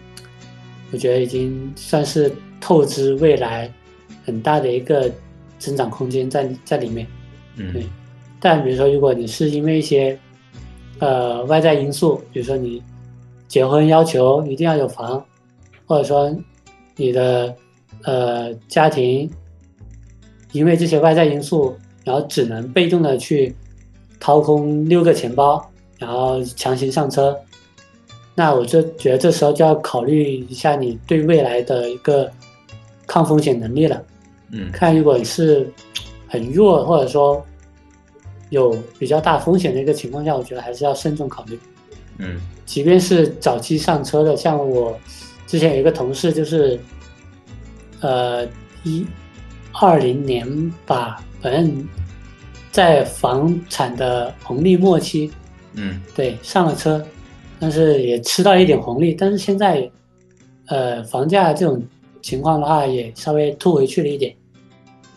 Speaker 1: 我觉得已经算是透支未来很大的一个增长空间在在里面。对
Speaker 2: 嗯，
Speaker 1: 但比如说，如果你是因为一些呃外在因素，比如说你结婚要求一定要有房，或者说你的呃家庭因为这些外在因素，然后只能被动的去掏空六个钱包，然后强行上车，那我就觉得这时候就要考虑一下你对未来的一个抗风险能力了。
Speaker 2: 嗯
Speaker 1: 看如果是很弱或者说有比较大风险的一个情况下，我觉得还是要慎重考虑。
Speaker 2: 嗯
Speaker 1: 即便是早期上车的，像我之前有一个同事，就是呃一二零年吧，反正在房产的红利末期，
Speaker 2: 嗯
Speaker 1: 对，上了车，但是也吃到一点红利，但是现在，呃，房价这种情况的话，也稍微吐回去了一点，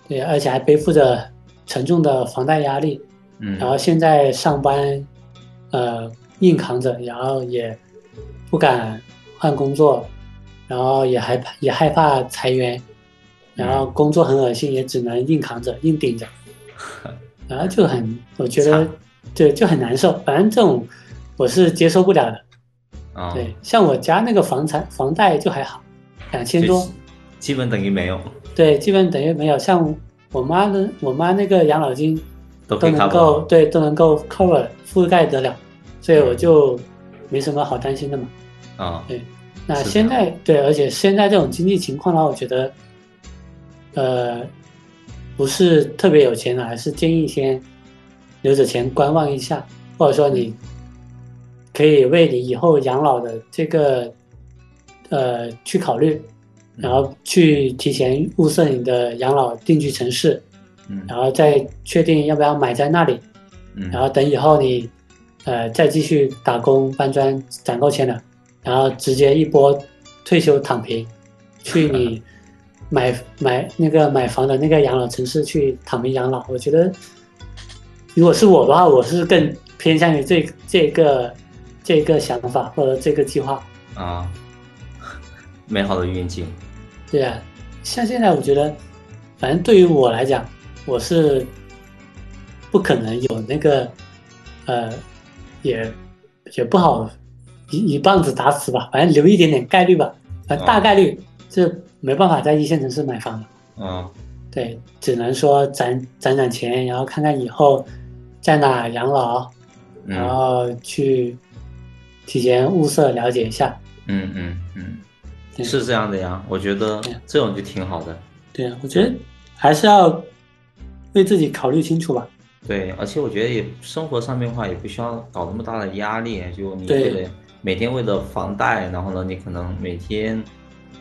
Speaker 1: 对，而且还背负着沉重的房贷压力，然
Speaker 2: 嗯
Speaker 1: 后现在上班，呃，硬扛着，然后也不敢换工作，然后也害怕也害怕裁员，然后工作很恶心，也只能硬扛着硬顶
Speaker 2: *laughs*
Speaker 1: 着，然后就很我觉得
Speaker 2: 惨
Speaker 1: 对就很难受，反正这种我是接受不了的。
Speaker 2: 啊，
Speaker 1: 对，像我家那个房产房贷就还好，两千多，
Speaker 2: 就基本等于没有，
Speaker 1: 对，基本等于没有。像我妈的我妈那个养老金
Speaker 2: 都可
Speaker 1: 都
Speaker 2: 以
Speaker 1: 能
Speaker 2: cover
Speaker 1: 够对都能够 cover 覆盖得了，所以
Speaker 2: 嗯
Speaker 1: 我就没什么好担心的嘛。
Speaker 2: 啊，
Speaker 1: 对那
Speaker 2: 是的
Speaker 1: 现在对，而且现在这种经济情况呢，我觉得，呃，不是特别有钱的，还是建议先留着钱观望一下，或者说你
Speaker 2: 嗯
Speaker 1: 可以为你以后养老的这个呃去考虑，
Speaker 2: 嗯
Speaker 1: 然后去提前物色你的养老定居城市，
Speaker 2: 嗯
Speaker 1: 然后再确定要不要买在那里，
Speaker 2: 嗯，
Speaker 1: 然后等以后你，呃，再继续打工搬砖攒够钱了，然后直接一波退休躺平，去你买买那个买房的那个养老城市去躺平养老。我觉得，如果是我的话，我是更偏向于这这个这个想法或者这个计划。
Speaker 2: 啊， *laughs* 美好的愿景，
Speaker 1: 对啊，像现在我觉得，反正对于我来讲，我是不可能有那个，呃，也也不好一一棒子打死吧，反正留一点点概率吧，反正大概率是没办法在一线城市买房的。
Speaker 2: 嗯
Speaker 1: 对，只能说攒攒攒钱，然后看看以后在哪养老，然
Speaker 2: 嗯
Speaker 1: 后去提前物色了解一下。
Speaker 2: 嗯嗯嗯，
Speaker 1: 对
Speaker 2: 是这样的呀。我觉得
Speaker 1: 对
Speaker 2: 这种就挺好的。
Speaker 1: 对啊，我觉得还是要为自己考虑清楚吧。
Speaker 2: 对，而且我觉得也生活上面的话，也不需要搞那么大的压力。就你
Speaker 1: 对
Speaker 2: 为了每天为了房贷，然后呢，你可能每天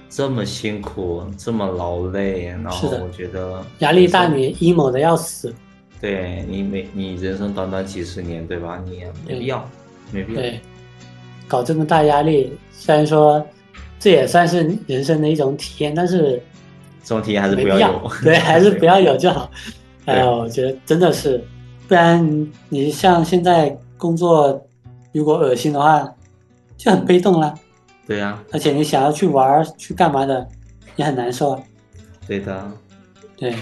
Speaker 2: 这么辛苦，这么劳累，然
Speaker 1: 是
Speaker 2: 后
Speaker 1: 的
Speaker 2: 我觉得
Speaker 1: 压力
Speaker 2: 人生
Speaker 1: 大，你 emo 的要死。
Speaker 2: 对你每你人生短短几十年，对吧？你也没
Speaker 1: 对
Speaker 2: 必要，没必要。
Speaker 1: 对，搞这么大压力，虽然说这也算是人生的一种体验，但是
Speaker 2: 这种体验还是
Speaker 1: 没
Speaker 2: 不
Speaker 1: 必
Speaker 2: 要
Speaker 1: 要
Speaker 2: 有。 *laughs*
Speaker 1: 对，还是不要有就好。
Speaker 2: 对
Speaker 1: 哎呀，我觉得真的是，不然你像现在工作，如果恶心的话，就很被动了。
Speaker 2: 对呀、
Speaker 1: 而且你想要去玩儿去干嘛的，也很难受啊。
Speaker 2: 对的。
Speaker 1: 对，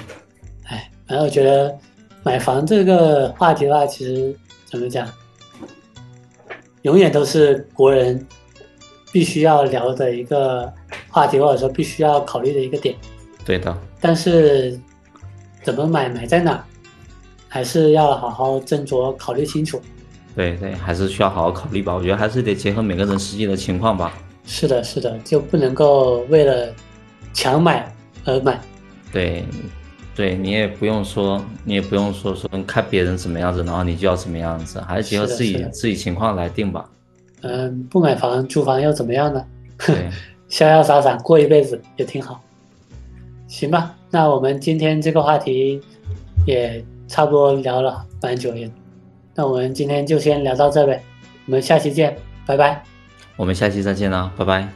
Speaker 1: 哎，反正我觉得买房这个话题的话，其实怎么讲，永远都是国人必须要聊的一个话题，或者说必须要考虑的一个点。
Speaker 2: 对的，
Speaker 1: 但是怎么买，买在哪，还是要好好斟酌考虑清楚。
Speaker 2: 对对，还是需要好好考虑吧。我觉得还是得结合每个人实际的情况吧。
Speaker 1: 是的，是的，就不能够为了强买而买。
Speaker 2: 对，对你也不用说，你也不用说说看别人怎么样子，然后你就要怎么样子，还是结合
Speaker 1: 是的
Speaker 2: 自己
Speaker 1: 是的
Speaker 2: 自己情况来定吧。
Speaker 1: 嗯，不买房租房又怎么样呢？ *laughs*
Speaker 2: 对，
Speaker 1: 潇潇洒洒过一辈子也挺好。行吧，那我们今天这个话题也差不多聊了蛮久也，那我们今天就先聊到这呗，我们下期见，拜拜。
Speaker 2: 我们下期再见啦，拜拜。